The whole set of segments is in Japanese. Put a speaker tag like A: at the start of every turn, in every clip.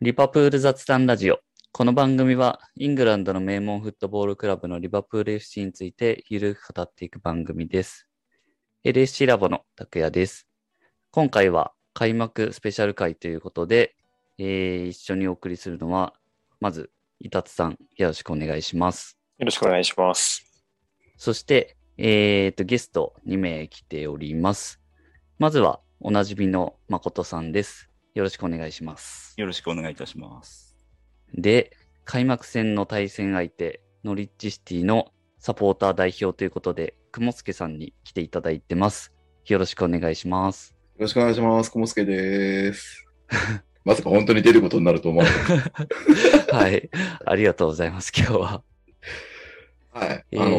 A: リバプール雑談ラジオ。この番組は、イングランドの名門フットボールクラブのリバプール FC についてゆるく語っていく番組です。LSC ラボの拓也です。今回は開幕スペシャル回ということで、えー一緒にお送りするのは、まず、伊達さん、よろしくお願いします。
B: よろしくお願いします。
A: そして、えー、と、ゲスト2名来ております。まずは、おなじみの誠さんです。よろしくお願いします。
C: よろしくお願いいたします。
A: で、開幕戦の対戦相手、ノリッチシティのサポーター代表ということで、雲助さんに来ていただいてます。よろしくお願いし ます。
D: よろしくお願いします。こもすけです。まさか本当に出ることになると思わなかっ
A: はい。ありがとうございます、今日は。
D: た。はい。
A: え
D: あ
A: ー
D: の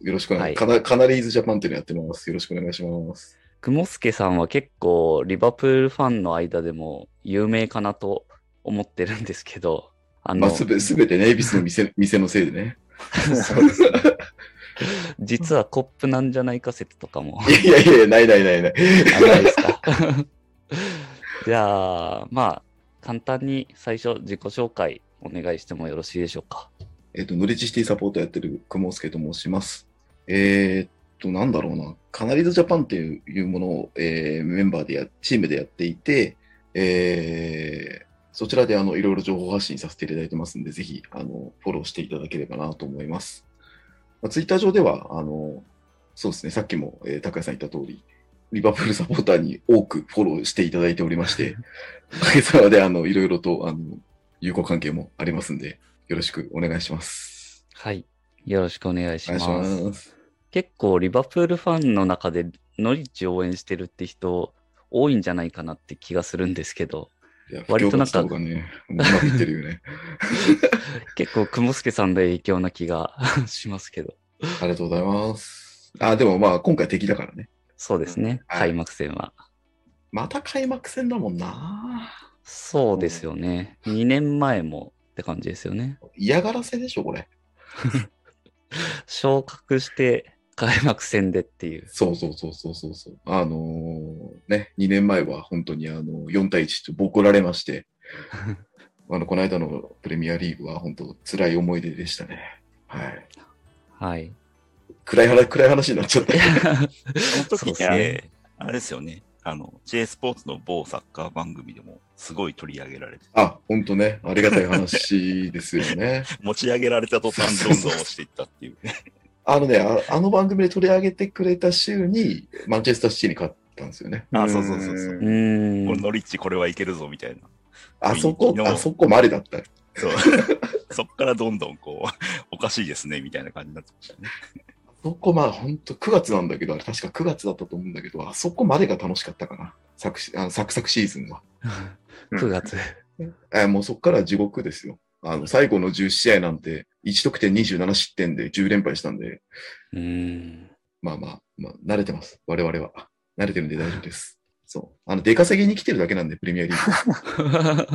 D: ーよろしくお願
A: はい
D: い、カナカナリーズジャパンっていうのやってます。よろしくお願いします。
A: 雲助さんは結構、リバプールファンの間でも有名かなと思ってるんですけど、あの
D: まあ、、すべ、すべてね、恵比寿の店、店のせいで ね。
A: 実はコップなんじゃないか説とか も
D: いやいやいや、ないないないない。
A: あないですか。 じゃあ、まあ、簡単に最初自己紹介お願いしてもよろしいでしょうか。
D: えっと、ノリッチシティサポートやってる雲介と申します。えーっと、なんだろうな、カナリーズジャパンっていういうものを、えーメンバーでや、チームでやっていて、えーそちらであのいろいろ情報発信させていただいてますんで、ぜひあのフォローしていただければなと思います。まあ、ツイッター上では、あのそうですね、さっきも、えー、高橋さん言った通り、リバプールサポーターに多くフォローしていただいておりまして、おかげさまであのいろいろとあの友好関係もありますんで、よろしくお願いします。
A: はい。よろしくお願いし
D: お
A: ま
D: 願い
A: す。
D: します。
A: 結構リバプールファンの中でノリッチ応援してるって人多いんじゃないかなって気がするんですけど、
D: いや
A: 割となんか
D: 不況活動がね、うまくいってるよ ね。
A: 結構雲助さんの影響な気が しますけど。
D: ありがとうございます。あ、でもまあ今回敵だからね。
A: そうですね。
D: はい
A: 開幕戦は。
D: また開幕戦だもんな。
A: そうですよね。2年前もって感じですよね。
D: 嫌がらせでしょ、これ。
A: 昇格して開幕戦でっていう。
D: そうそうそうそうそうそう。あのーね、2年前は本当にあの4対1とボコられま して、あのこの間のプレミアリーグは本当辛い思い出でしたね。はい。
A: はい。
D: 暗い話、暗い話になっち ゃった。
C: その時
A: そう
C: っ
A: ですね
C: て、あれですよね。あの、J スポーツの某サッカー番組でもすごい取り上げられて、
D: あ、本当ね、ありがたい話ですよね。
C: 持ち上げられた途端どんどん落ちていったっていう。
D: あのねあ、あの番組で取り上げてくれた週に、マンチェスターシティに勝ったんですよね。
C: あそうそうそうそう
A: う
D: ー
A: ー
D: ん
C: こ
A: ん。
C: のリッチこれはいけるぞみたいな。
D: あそこ、
C: 昨日
D: あそこまでだった。
C: そう。そっからどんどんこう、おかしいですねみたいな感じになってましたね。
D: あそこ、まあ、本当9月なんだけど、あれ確か9月だったと思うんだけど、あそこまでが楽しかったかな。昨シあのサクサクシーズンは。
A: 9月。
D: えーもうそこから地獄ですよ。あの、最後の10試合なんて、1得点27失点で10連敗したんで、
A: うーん。
D: まあまあ、まあ、慣れてます。我々は。慣れてるんで大丈夫です。そう。あの、出稼ぎに来てるだけなんで、プレミアリーグ。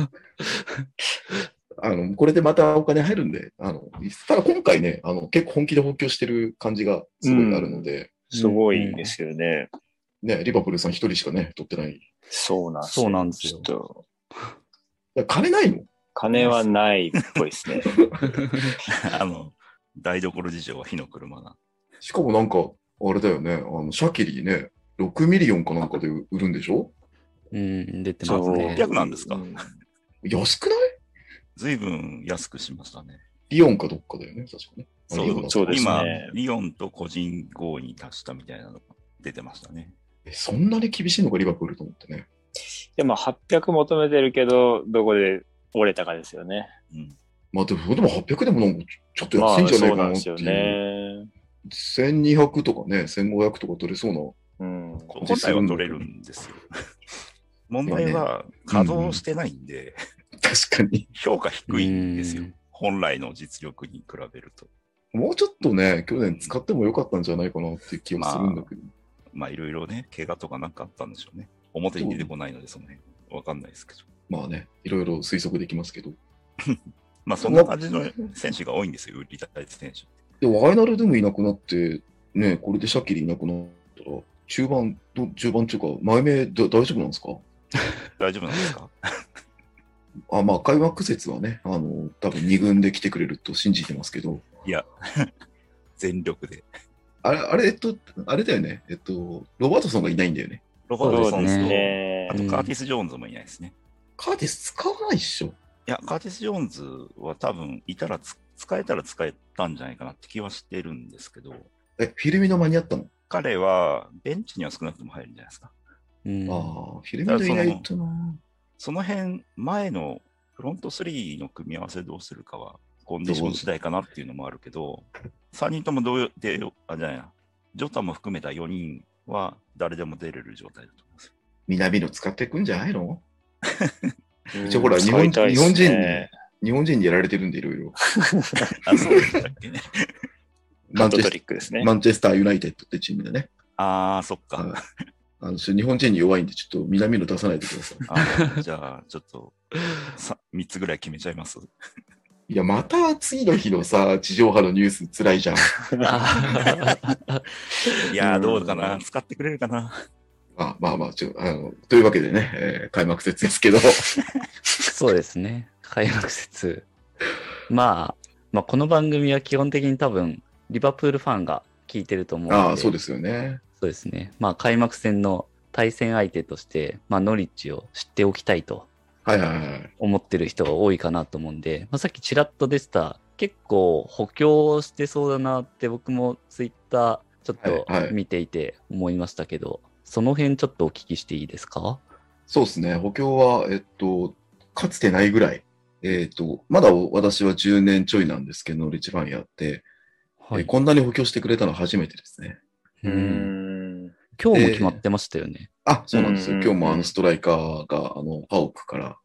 D: あの、これでまたお金入るんで、あの、ただ今回ね、あの、結構本気で補強してる感じがすごいあるので、
B: すごいですよね。
D: ね、リバプールさん一人しかね、取ってない。
B: そうなんですよ
A: そうなんですよ
B: ちょっと、
D: だから金ないの
B: 金はないっぽいです ね。
C: あの、台所事情は火の車が。
D: しかもなんか、あれだよね、あの、シャキリね、6ミリオンかなんかで売るんでしょ
A: うん、出て
B: そ
A: ま
B: う
A: すね
C: 600。なんですか
B: うん
D: 安くない
C: ずいぶん安くしましたね。
D: リオンかどっかだよね、確かね。あ
C: そう
D: リオンだった
B: そうですね
C: 今、リオンと個人合意に達したみたいなのが出てましたね。
D: えそんなに厳しいのか、リバプールと思ってね。
B: でも800求めてるけど、どこで折れたかですよね。
C: うん。
D: まあ、でもでも800でもなんかちょっと
B: まあ、
D: 安いんじゃない
B: そう
D: か
B: な
D: なんっ
B: で
D: て
B: す
D: い
B: よ
D: う。
B: ね。
D: 1200とかね、1500とか取れそうな。
B: うん。
C: こ本来は取れるんですよ。 問題は稼働してないんで、
D: 確かに。
C: 評価低いんですよ
A: うん。
C: 本来の実力に比べると。
D: もうちょっとね、去年使ってもよかったんじゃないかなっていう気がするんだけど。
C: まあいろいろね、怪我とかなんかあったんでしょうね。表に出てこないので、その辺。わかんないですけど。
D: まあね、いろいろ推測できますけど。
C: まあそんな感じの選手が多いんですよ、売りたい選手。
D: でも、アイナルでもいなくなって、ね、これでシャキリいなくなったら、中盤、ど中盤っていうか、前目だ大丈夫なんですか
C: 大丈夫なんですか
D: あまあ、開幕説はね、あの多分2軍で来てくれると信じてますけど、
C: 全力で。
D: あれ、あれ、えっと、あれだよね、えっと、ロバートソンがいないんだよね。
C: ロバ
A: そ
C: ー
A: うです
C: トソン
A: ね
C: と、
B: ね
C: あとカーティス・ジョーンズもいないですね。
D: カーティス使わないっしょ。
C: いや、カーティス・ジョーンズは多分、いたらつ使えたら使えたんじゃないかなって気はしてるんですけど、
D: え、フィルミノ間に合ったの、
C: 彼はベンチには少なくとも入るんじゃないですか。
A: うん
D: ああ、フィルミノいないとな。
C: その辺、前のフロント3の組み合わせどうするかは、コンディション次第かなっていうのもあるけど、3人とも同様で、あ、じゃないな、ジョタも含めた4人は誰でも出れる状態だと思うんですよ。
D: 南野使っていくんじゃないの
B: うん
D: 一応ほら日本
B: 使いたいっすね
D: 日本人にやられてるんで、いろいろ。
C: あ、そうでしたっけね。
D: マンチ
B: カ
D: ェ
B: トリ
D: ス
B: ックですね。
D: マンチェスターユナイテッドってチームでね。
C: あー、そっか。
D: はいあの日本人に弱いんで、ちょっと南野出さないでくださ
C: あーじゃあ、ちょっとさ3つぐらい決めちゃいます。
D: い。いや、また次の日のさ、地上波のニュース辛いじゃん。
C: いや
D: う
C: ー、
D: ん
C: どうかな、使ってくれるかな。
D: まあまあまあ、ちょあのというわけでね、えー開幕節です けど、
A: そうですね。開幕説。まあ、まあ、この番組は基本的に多分、リバプールファンが聞いてると思うので。
D: ああ、そうですよね。
A: そうですね。まあ、開幕戦の対戦相手として、まあ、ノリッチを知っておきたいと
D: はいはいはい。
A: 思ってる人が多いかなと思うんで、まあ、さっきちらっと出てた、結構補強してそうだなって僕もツイッターちょっと
D: はいはい
A: 見ていて思いましたけど、その辺ちょっとお聞きしていいですか
D: そうですね、補強は、えっと、かつてないぐらい、えっと、まだ私は10年ちょいなんですけど、ノリッチファンやって、
A: は
D: えーこんなに補強してくれたの初めてですね。
A: う、
B: うんん。
A: 今日も決まってましたよね。
D: あ、そうなんですよ。
B: うん
D: 今日もあのストライカーが、あの、パオクから、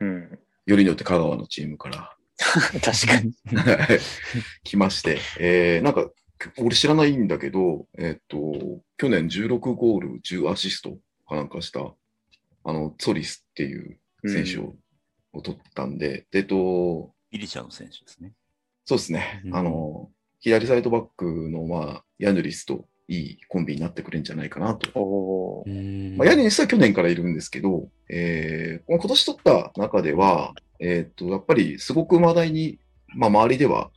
B: うん。
D: よりによって香川のチームから、
B: 確かに。
D: はい 来まして、えー、なんか、俺知らないんだけど、えーっと、去年16ゴール10アシストかなんかした、あの、ツォリスっていう選手を,、を取ったんで、で、えっと、
C: ギリシャの選手ですね。
D: そうですね、
A: うん
D: あの、左サイドバックの、まあ、ヤヌリスといいコンビになってくれるんじゃないかなと
B: おお
A: う。ん
D: まあ、ヤニスは去年からいるんですけど、えーこの今年取った中では、えーっと、やっぱりすごく話題に、まあ、周りでは、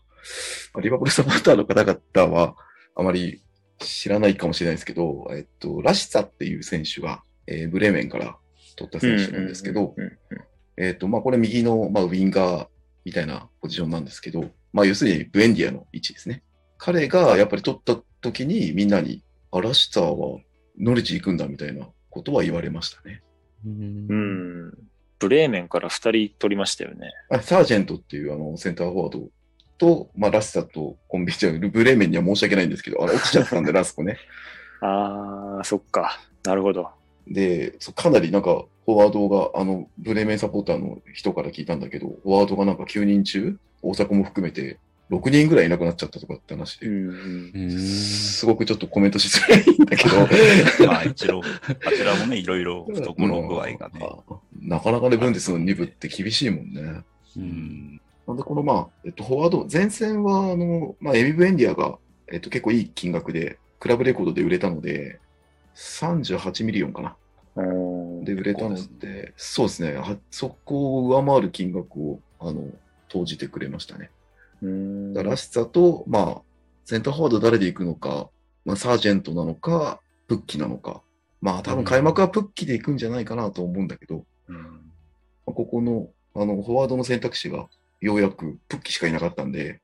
D: まあリバプールサポーターの方々は、あまり知らないかもしれないですけど、えーっと、ラシツァっていう選手が、えーブレーメンから取った選手なんですけど、
B: うんうんうん
D: えーっと、まあ、これ右の、まあ、ウィンガーみたいなポジションなんですけど、まあ、要するにブエンディアの位置ですね。彼がやっぱり取った時にみんなに、あ、ラシツァはノリッチ行くんだみたいなことは言われましたね。
A: うん
B: うんうん。ブレーメンから2人取りましたよね。
D: あサージェントっていうあのセンターフォワードと、まあ、ラスタとコンビニじゃブレーメンには申し訳ないんですけど、あれ落ちちゃったんで、ラスコね。
B: ああ、そっか。なるほど。
D: で、そうかなりなんか、フォワードが、あの、ブレーメンサポーターの人から聞いたんだけど、フォワードがなんか9人中、大阪も含めて6人ぐらいいなくなっちゃったとかって話
B: う
D: で、
B: ん。
A: うん
D: すごくちょっとコメントしづらいんだけ ど、
C: まあ、一応、あちらもね、いろいろ懐具合がね。
D: あなかなかね、ブンデスの2部って厳しいもんね。
A: う
C: うんん
D: なんで、この、まあ、えっと、フォワード、前線は、あの、まあ、エビブエンディアが、えっと、結構いい金額で、クラブレコードで売れたので、38ミリオンかな。
B: うん
D: で、売れたの
C: 結構
D: で、そうですね、はそこを上回る金額を、あの、投じてくれましたね。
B: うん
D: だから、らしさと、まあ、センターフォワード誰で行くのか、まあ、サージェントなのか、プッキなのか。まあ、多分開幕はプッキで行くんじゃないかなと思うんだけど、
C: うん
D: まあここの、あの、フォワードの選択肢が、ようやく、プッキしかいなかったんで、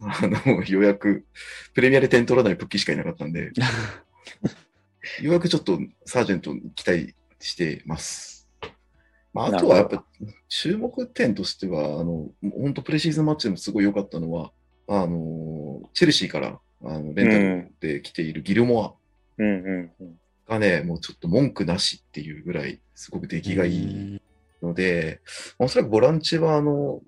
D: あの、ようやく、プレミアで点取らないプッキしかいなかったんで、ようやくちょっと、サージェントに期待してます。まあ、あとはやっ
B: な
D: ぱ、注目点としては、あの、本当プレシーズンマッチでもすごい良かったのは、あの、チェルシーから、あの、レンタルで来ているギルモ
B: うんうんうん。
D: アがね、もうちょっと文句なしっていうぐらい、すごく出来がいい。ので、おそらくボランチはあの、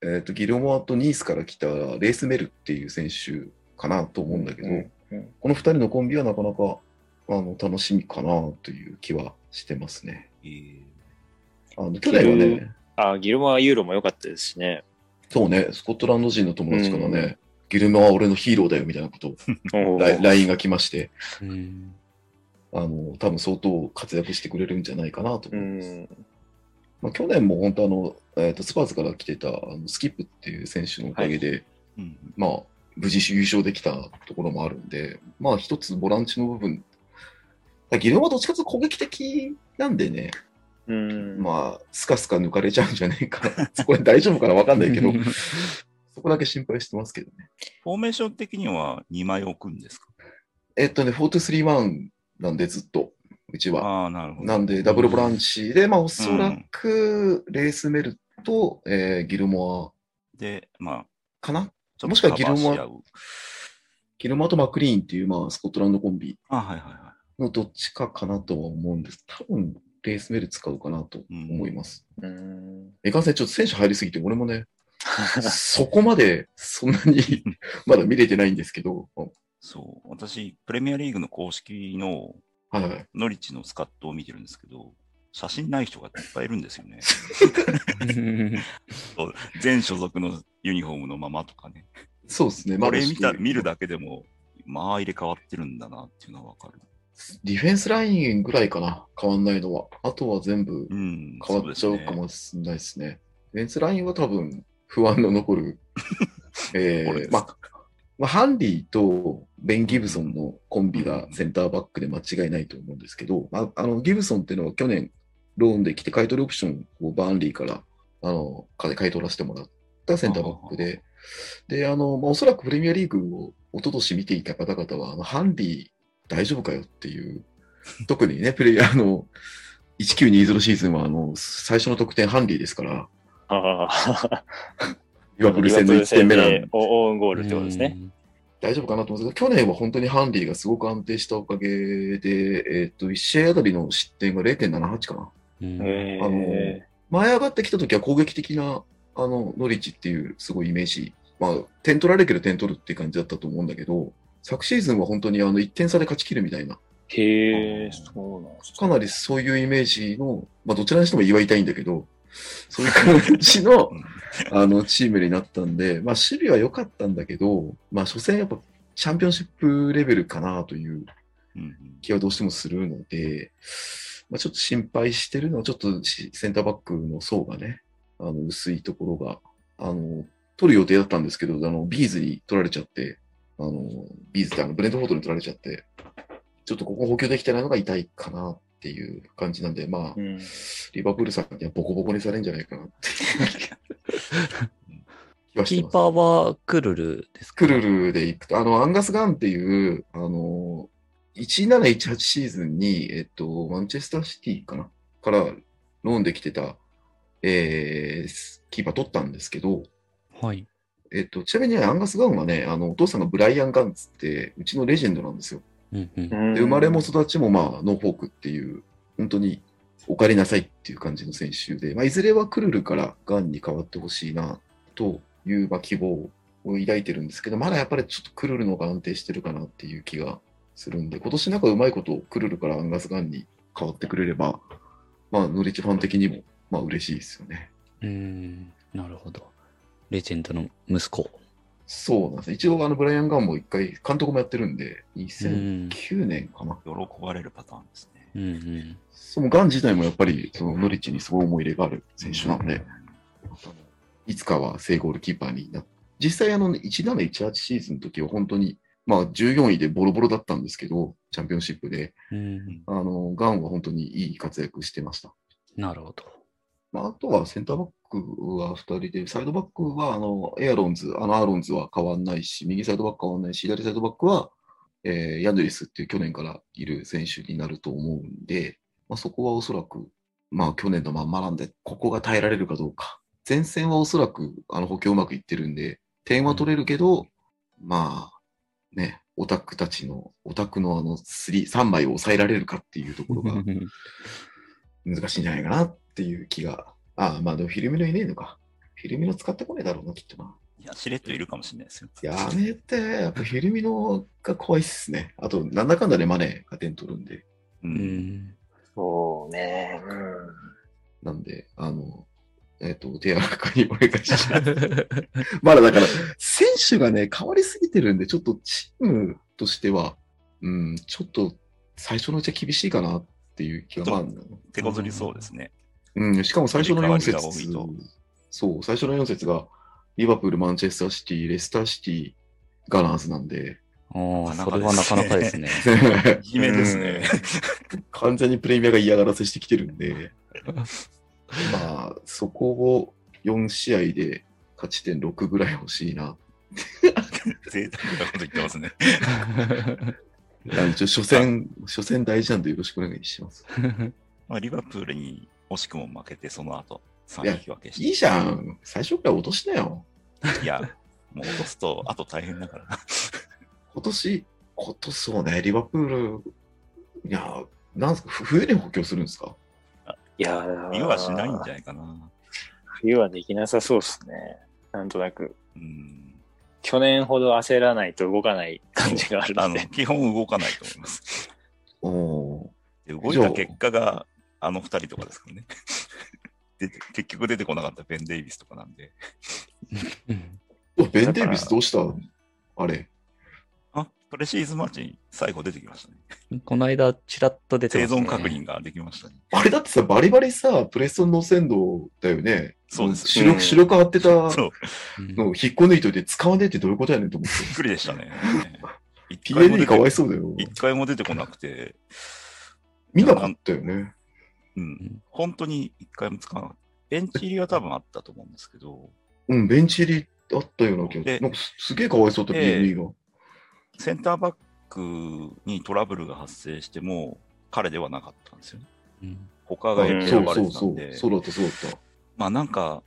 D: えー、とギルモアとニースから来たレースメルっていう選手かなと思うんだけど、
B: うんうん
D: この2人のコンビはなかなかあの楽しみかなという気はしてますね。
C: えー
D: あの去年は
B: ギ
D: ね、
B: あーギルモア・ユーロも良かったですしね。
D: そうね、スコットランド人の友達からね、
B: うん
D: ギルモアは俺のヒーローだよみたいなことを
B: おー
D: LINE が来まして、
A: うん、
D: あの多分相当活躍してくれるんじゃないかなと
B: う
D: 思います。
B: ん。
D: まあ、去年も本当あの、えーと、スパーズから来てたあのスキップっていう選手のおかげで、
C: うん。
D: まあ、無事優勝できたところもあるんで、まあ、一つボランチの部分、だギルモはどっちかというと攻撃的なんでね、
B: うん。
D: まあ、スカスカ抜かれちゃうんじゃないか な、そこで大丈夫かな分かんないけ どそこだけ心配してますけどね。
C: フォーメーション的には2枚置くんですか
D: えっとね、4-2-3-1なんでずっと、うちは。
C: ああ、なるほど。
D: なんで、ダブルボランチで、まあ、おそらく、レースメルと、えーギルモ
C: で、まあ、
D: アかな
C: ちょっと
D: もしくはギルモア
C: カバーし合う
D: ギルモアとマクリーンっていう、まあ、スコットランドコンビ
C: あはいはいは
D: のどっちかかなとは思うんです。多分、レースメル使うかなと思います。
B: うん。
D: え、かんせん、ちょっと選手入りすぎて、俺もね、そこまでそんな にまだ見れてないんですけど、
C: い。そう。私、プレミアリーグの公式の
D: はいはい。
C: ノリッチのスカットを見てるんですけど、写真ない人がいっぱいいるんですよ ね。そう全所属のユニフォームのままとかね。
D: そうですね。まあ
C: これ見た見る
D: だ。
C: だけでも、まあ入れ替わってるんだなっていうのはわかる。
D: ディフェンスラインぐらいかな、変わんないのは。あとは全部
C: うん。
D: 変わっちゃうかもしれないですね。ディフェンスラインは多分、不安の 残る。え
C: そうですね
D: ー、まあ、まあ、ハンディとベン・ギブソンのコンビがセンターバックで間違いないと思うんですけど、まあ、あのギブソンっていうのは去年ローンで来て買い取りオプションをバーンリーからあの買い買い取らせてもらったセンターバックで、で、あの、まあ、おそらくプレミアリーグを一昨年見ていた方々は、あのハンディ大丈夫かよって いう、特にね、プレイヤーの1920シーズンはあの最初の得点ハンディですから、
B: ああ。
D: リバプール戦の1点目なんで
B: で。オウンゴールってことですね。。
D: 大丈夫かなと思うんですけど、去年は本当にハンディがすごく安定したおかげで、えっと1試合あたりの失点が0.78かな。
A: うん
B: え
D: あの
B: え。
D: 前上がってきた時は攻撃的なあのノリッチっていうすごいイメージ、まあ、点取られるけど点取るっていう感じだったと思うんだけど、昨シーズンは本当にあの1点差で勝ち切るみたいな、
B: へえ、そうなんです
D: かなりそういうイメージの、まあ、どちらにしても祝いたいんだけど、そういう感じの
C: うん
D: あのチームになったんで、まあ、守備は良かったんだけど、まあ、所詮やっぱチャンピオンシップレベルかなという
C: うんうん
D: 気はどうしてもするので、まあ、ちょっと心配してるのは、ちょっとしセンターバックの層がね、あの薄いところが、あの、取る予定だったんですけど、あの、ビーズに取られちゃって、あの、ビーズってあの、ブレンドフォードに取られちゃって、ちょっとここ補給できてないのが痛いかなっていう感じなんで、まあ、
B: うん。
D: リバプールさんにはボコボコにされるんじゃないかなっていう気は
A: キ
D: して
A: ー
D: ます。
A: パーはクルルですか
D: クルルで行くと、あの、アンガス・ガンっていう、あの、1718シーズンに、えっと、マンチェスターシティかなからローンで来てた、えー、キーパー取ったんですけど、
A: はい。
D: えっと、ちなみにねアンガス・ガンはね、あの、お父さんがブライアン・ガンっつって、うちのレジェンドなんですよ。
A: うんうん
D: で、生まれも育ちも、まあ、ノーフォークっていう、本当に、おかりなさいっていう感じの選手で、まあ、いずれはクルルからガンに変わってほしいな、という、まあ、希望を抱いてるんですけど、まだやっぱりちょっとクルルの方が安定してるかなっていう気がするんで、今年なんかうまいことクルルからアンガスガンに変わってくれれば、まあ、ノリッチファン的にも、まあ、嬉しいですよね。
A: うん。なるほど。レジェンドの息子。
D: そうなんです。一応、あの、ブライアン・ガンも一回、監督もやってるんで、
A: うん
D: 2009年かな。
C: 喜ばれるパターンですね。
A: うんうん。
D: そのガン自体もやっぱりそのノリッチにすごい思い入れがある選手なので、いつかは正ゴールキーパーになっ実際あの1718シーズンの時は本当に、まあ、14位でボロボロだったんですけど、チャンピオンシップで、
A: うん。
D: あのガンは本当にいい活躍してました。
A: なるほど。
D: まあ、あとはセンターバックは2人で、サイドバックはあのエアロンズ、あのアーロンズは変わんないし、右サイドバックは変わんないし、左サイドバックは、えーヤンデリスっていう去年からいる選手になると思うんで、まあ、そこはおそらく、まあ、去年のまんまなんで、ここが耐えられるかどうか。前線はおそらくあの補強うまくいってるんで、点は取れるけど、まあ、ね、オタクたちの、オタクのあの3、3枚を抑えられるかっていうところが難しいんじゃないかなっていう気が。ああ、まあでもフィルミノいねえのか。フィルミノ使ってこねえだろうな、きっとな。
C: いや、しれっといるかもしれないですよ。
D: やめて、やっぱフィルミノが怖いっすね。あと、なんだかんだでマネーが点取るんで。
C: う。
A: うん ん。
B: そうね。
D: なんで、あの、えっ、と、手柔らかにお願いします。 まだだから、選手がね、変わりすぎてるんで、ちょっとチームとしては、うん、ちょっと最初のうちは厳しいかなっていう気が、まあ、
C: 手こずりそうですね。
D: うん、しかも最初の4
C: 入
D: 節
C: れ替わりが多い
D: そう、最初の4節が、リバプール、マンチェスターシティ、レスターシティ、ガラーズなんで、
A: おー
C: な
A: そ
C: か
A: れ
C: な
A: は
C: か
A: な
C: ですね
A: かなかですね。
C: いじめですね。
D: 完全にプレミアが嫌がらせしてきてるんで、まあ、そこを4試合で勝ち点6ぐらい欲しいな。
C: 贅沢なこと言ってますね。
D: あのちょ 初戦、初戦大事なんでよろしくお願いします。
C: まあ、リバプールに惜しくも負けて、その後、3引き分けして。
D: いいじゃん。最初から落としなよ。
C: いや、もう落とすと、あと大変だからな。
D: 今年、今年そうね、リバプール、いや、なんすか、ふ冬に補強するんですか
B: いやー
C: 言はしないんじゃないかな。
B: 冬はできなさそうですね。なんとなく。
C: うん。
B: 去年ほど焦らないと動かない感じがある
C: あ
B: の
C: の
B: で。
C: 基本動かないと思います。
D: おお
C: で動いた結果が、あの2人とかです からね。で結局出てこなかったベン・デイビスとかなんで。
D: ー。ベン・デイビスどうしたあれ。
C: あ、プレシーズンマッチに最後出てきましたね。
A: この間、ちらっと出て
C: 生
A: ましたね。
C: 存確認ができましたね。
D: あれだってさ、バリバリさ、プレストンの鮮度だよね。
C: そうです
D: 主力、主力張ってた
C: そう、
D: のを引っこ抜いといて使わねえってどういう ことやねんと思
C: びっくりでしたね。
D: って。PAD かわい
C: そ
D: そうだよ。
C: 一回も出てこなくて、
D: 見なかったよね。
C: うん、本当に一回も使わなかった。ベンチ入りは多分あったと思うんですけど、
D: うん、ベンチ入りあったような気が
C: で
D: なんかすすげえかわいそうだった、
C: ええ
D: PAD が。
C: センターバックにトラブルが発生しても、彼ではなかったんですよね。
A: うん
C: 他が
B: ええ
D: そ
C: 選
D: う
C: ば
D: そ
C: れ
D: う
C: てた
D: そ
C: ん
D: う。
C: で、
D: そうだった、そうだった。
C: まあなんか、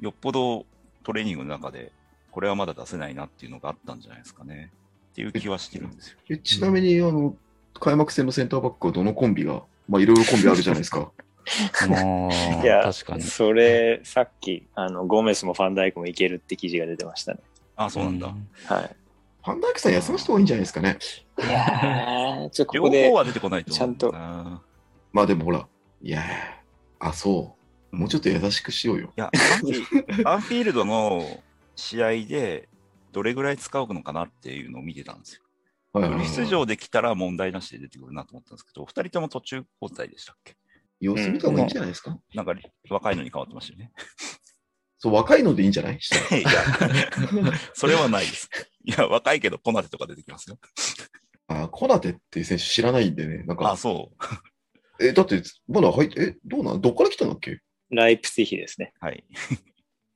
C: よっぽどトレーニングの中で、これはまだ出せないなっていうのがあったんじゃないですかね。っていう気はしてるんですよ。
D: えちなみに、あの、開幕戦のセンターバックはどのコンビが、まあ、いろいろコンビあるじゃないです か。
A: あー
B: いや
A: 確かに。
B: それ、さっき、あの、ゴメスもファンダイクもいけるって記事が出てましたね。
C: あ、そうなんだ。
B: はい。
D: ファンダイクさん休ませた方がいいんじゃないですかね。
B: いやーちょっとこ
C: 両
B: こで
C: 方、は出てこないと思うんだよな。
D: まあでもほら、いやーあ、そう。もうちょっと優しくしようよ。
C: いや、アンフィアンフィールド の試合で、どれぐらい使うのかなっていうのを見てたんですよ。
D: はいはいはい
C: 出場できたら問題なしで出てくるなと思ったんですけど、お二人とも途中交代でしたっけ
D: 様子見た方がいいんじゃないですか、
C: なんか若いのに変わってましたよね。
D: そう、若いのでいいんじゃないしたら
C: いや、 それはないです。いや、若いけど、コナテとか出てきますよ。
D: あー、コナテっていう選手知らないんでね。なん
C: あ、
D: か、
C: そう。
D: え、だって、まだ入って、え、どうなんどっから来たんだっけ
B: ライプツィヒですね。
C: はい。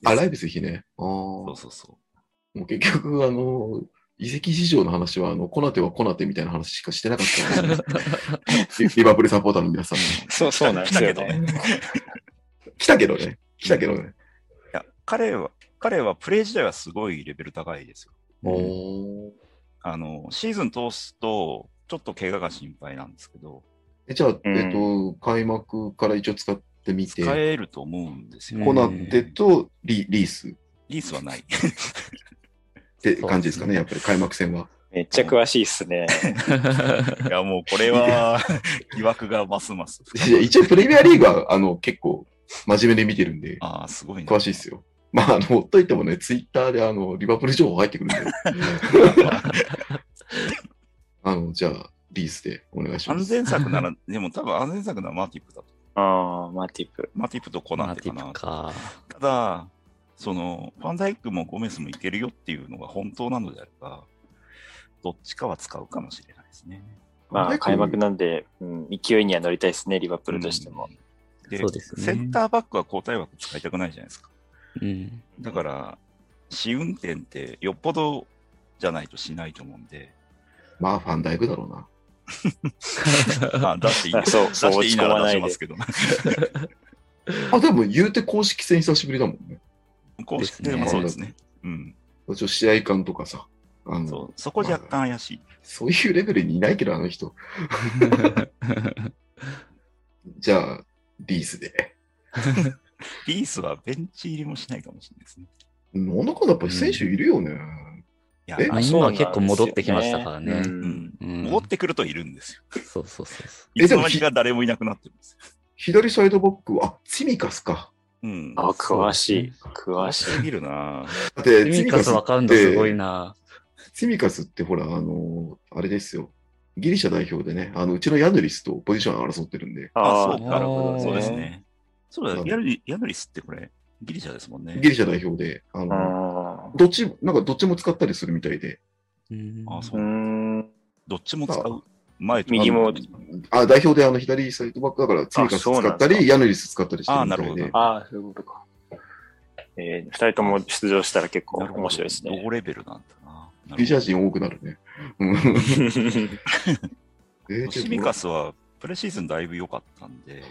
D: あ、ライブス日ね。ああ。
C: そう
D: も
C: そう そう
D: 結局、あの、遺跡事情の話は、あの、コナテはコナテみたいな話しかしてなかったのでリ リバプールサポーターの皆さんも。
B: そう、そうなんですよ、
C: 来たけ
B: ね。
D: 来たけどね。来たけどね。
C: う。いや、彼は、彼はプレー自体はすごいレベル高いですよ。
D: お
C: あの、シーズン通すと、ちょっと怪我が心配なんですけど、
D: えじゃあ、
B: うん
D: えっと、開幕から一応使ってみ
C: 使
D: て、
C: えると思うんですよ。
D: コナ
A: うん
D: テとリリースっ
C: リースはない。
D: て感じですかね、やっぱり開幕戦は。
B: めっちゃ詳しいっす ね。
C: いや、もうこれは疑惑がますます。
D: いや一応、プレミアリーグ は、あの、結構、真面目で見てるんで、
C: ああ、すごいね。
D: 詳しいですよ。まあ、あの、ほっといてもね、ツイッターで、あの、リバプール情報入ってくるんで、 あの、じゃあ、リースでお願いしま
C: 安
D: す。
C: 全策なら、 でも多分安全策ならマティプだと。
B: ああ、マティプ。
C: マティプとコナ
A: マ
C: ンテ
A: テ
C: か
A: ィ
C: な
A: ブ。か。
C: ただ、その、ファンダイクもゴメスもいけるよっていうのが本当なのであれば、どっちかは使うかもしれないですね。
B: ま
D: マテ
B: あ、
D: ィプ
B: 開幕なんで、うん、勢いには乗りたいですね、リバプールとしても。
C: うん。で
A: そうですね
C: センターバックは交代枠使いたくないじゃないですか。
A: うん。
C: だから、試運転ってよっぽどじゃないとしないと思うんで、
D: まあ、ファンダイクだろうな。
C: まあ、出していい
B: あそうそう
C: 出してい
B: 落ち
C: いな
B: 込ま
C: ら
B: な
C: 出
B: い
C: し
B: で
C: ますけど、
D: あ、でも、言うて公式戦久しぶりだもんね。
C: 公式でもそうですね。うん。
D: ちょ試合感とかさ、あの、
C: そう、そこ若干怪しい。
D: そういうレベルにいないけど、あの人。じゃあ、リースで。
C: リースはベンチ入りもしないかもしれないですね。
D: なんだかんだやっぱり選手いるよね。
C: いや
D: え、
C: あ
A: まあ
C: の
A: 今は結構戻ってきましたからね
B: そうなんですよう
C: う
B: ん
C: ん、
A: うん
C: 戻ってくるといるんですよ。
A: そうそうそうそ
D: え
C: いつ
D: で
C: の
D: も
C: 間にか誰もいなくなってるんですよ。
D: 左サイドバックは、あ、ツィミカスか。
C: うん。
B: あ、詳しい。詳しい。
C: すぎるなぁ
D: だって
A: う。ミカスわかるのすごいな。
D: ツィミカスってほら、あのーあれですよ。ギリシャ代表でね、あのうちのヤヌリスとポジション争ってるんで、
C: あ、そう
B: ー
C: か。
B: なるほどね
C: そうですね。そう
D: う
C: だ、
D: ん
C: ヤヌリヤヌリスってこれ、ギリシャですもんね。
D: ギリシャ代表で、あ
B: あ
D: の、
B: あ。
D: どっち、なんかどっちも使ったりするみたいで、
C: あそう
B: ーん。
C: どっちも使う。前と
B: 右も
D: あ、代表であの左サイドバックだから、ツイカス
B: あそう
D: 使
B: なん
D: っ
B: です
D: た
B: か
D: り、ヤヌリス使ったりしてるみた
C: あ
D: い
C: なる
D: で
C: ほ、
B: ああ、そういうことか。えー、二人とも出場したら結構
C: なるほど
B: 面白いですね。
C: ロゴレベルなんだな。なるほど
D: ギリシャ人多くなるね。うん えーちょっ
C: シ
D: と
C: ミカスはプレシーズンだいぶ良かったんで、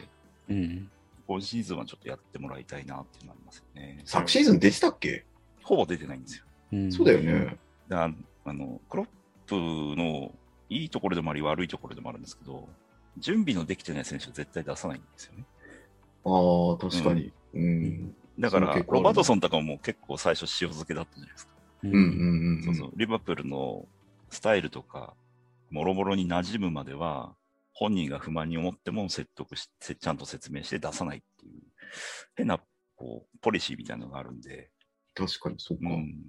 A: うん。
C: 今シーズンはちょっとやってもらいたいなっていうのありますよね。
D: 昨シーズン出てたっけ
C: ほぼ出てないんですよ。
A: うん
D: そうだよね。
C: だあのクロップのいいところでもあり悪いところでもあるんですけど、準備のできてない選手は絶対出さないんですよね。
D: ああ、確かに。うん。
C: だから、
D: その結構あ
C: ロ
D: る
C: バートソンとかも結構最初塩漬けだったじゃないですか。
A: うん
D: うんうんう。
C: そうんそうリバプールのスタイルとか、もろもろに馴染むまでは、本人が不満に思っても説得し、せちゃんと説明して出さないっていう、変な、こう、ポリシーみたいなのがあるんで、
D: 確かに、そっか。
C: うん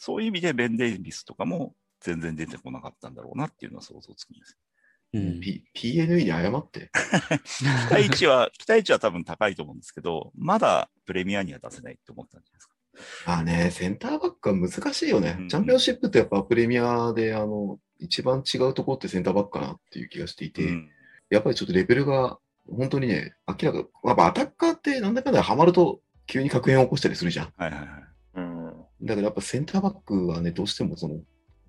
C: そういう意味でベン・デイビスとかも全然出てこなかったんだろうなっていうのは想像つくんです。
A: うん
D: P- PNE に謝って。
C: 期待値は、期待値は多分高いと思うんですけど、まだプレミアには出せないって思ったんじゃないですか。
D: ああね、センターバックは難しいよね。
C: うん
D: チャンピオンシップってやっぱプレミアで、あの、一番違うところってセンターバックかなっていう気がしていて、
C: うん
D: やっぱりちょっとレベルが、本当にね、明らか、やっぱアタッカーってなんだかんだハマると急に確変を起こしたりするじゃん。
C: はいはいはい。
B: うん。
D: だからやっぱセンターバックはね、どうしてもその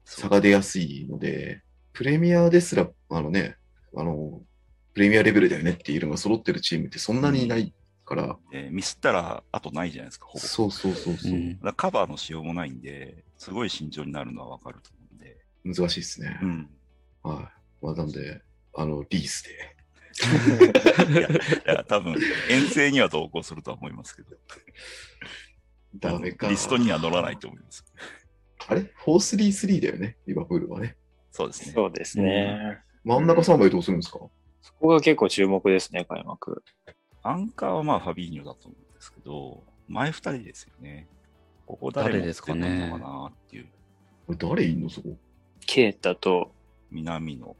C: そう
D: 差が出やすいので、プレミアですら、あのね、あの、プレミアレベルだよねっていうのが揃ってるチームってそんなにないから、
C: でミスったら、あとないじゃないですか、ほぼ。
D: そうそうそうそうう、
A: ん
C: だからカバーのしようもないんで、すごい慎重になるのはわかると思うんで。
D: 難しいですね。
C: うん。
D: はい。まあ、なんで、あの、リースで。
C: いや、いや多分遠征には同行するとは思いますけど、
D: ダメか。
C: リストには乗らないと思います。
D: あれ ?4-3-3 だよね、リバプールはね。
C: そうですね。
B: そうですね。
D: 真ん中3枚どうするんですか、
B: そこが結構注目ですね、開幕。
C: アンカーはまあ、ファビーニョだと思うんですけど、前二人ですよね。ここ誰
A: 誰
C: 持
A: で
C: っ
A: す
C: て
A: か
C: く
A: ね
C: るのかなっていう、
D: これ誰いんのそこ。
B: ケータと、
C: 南の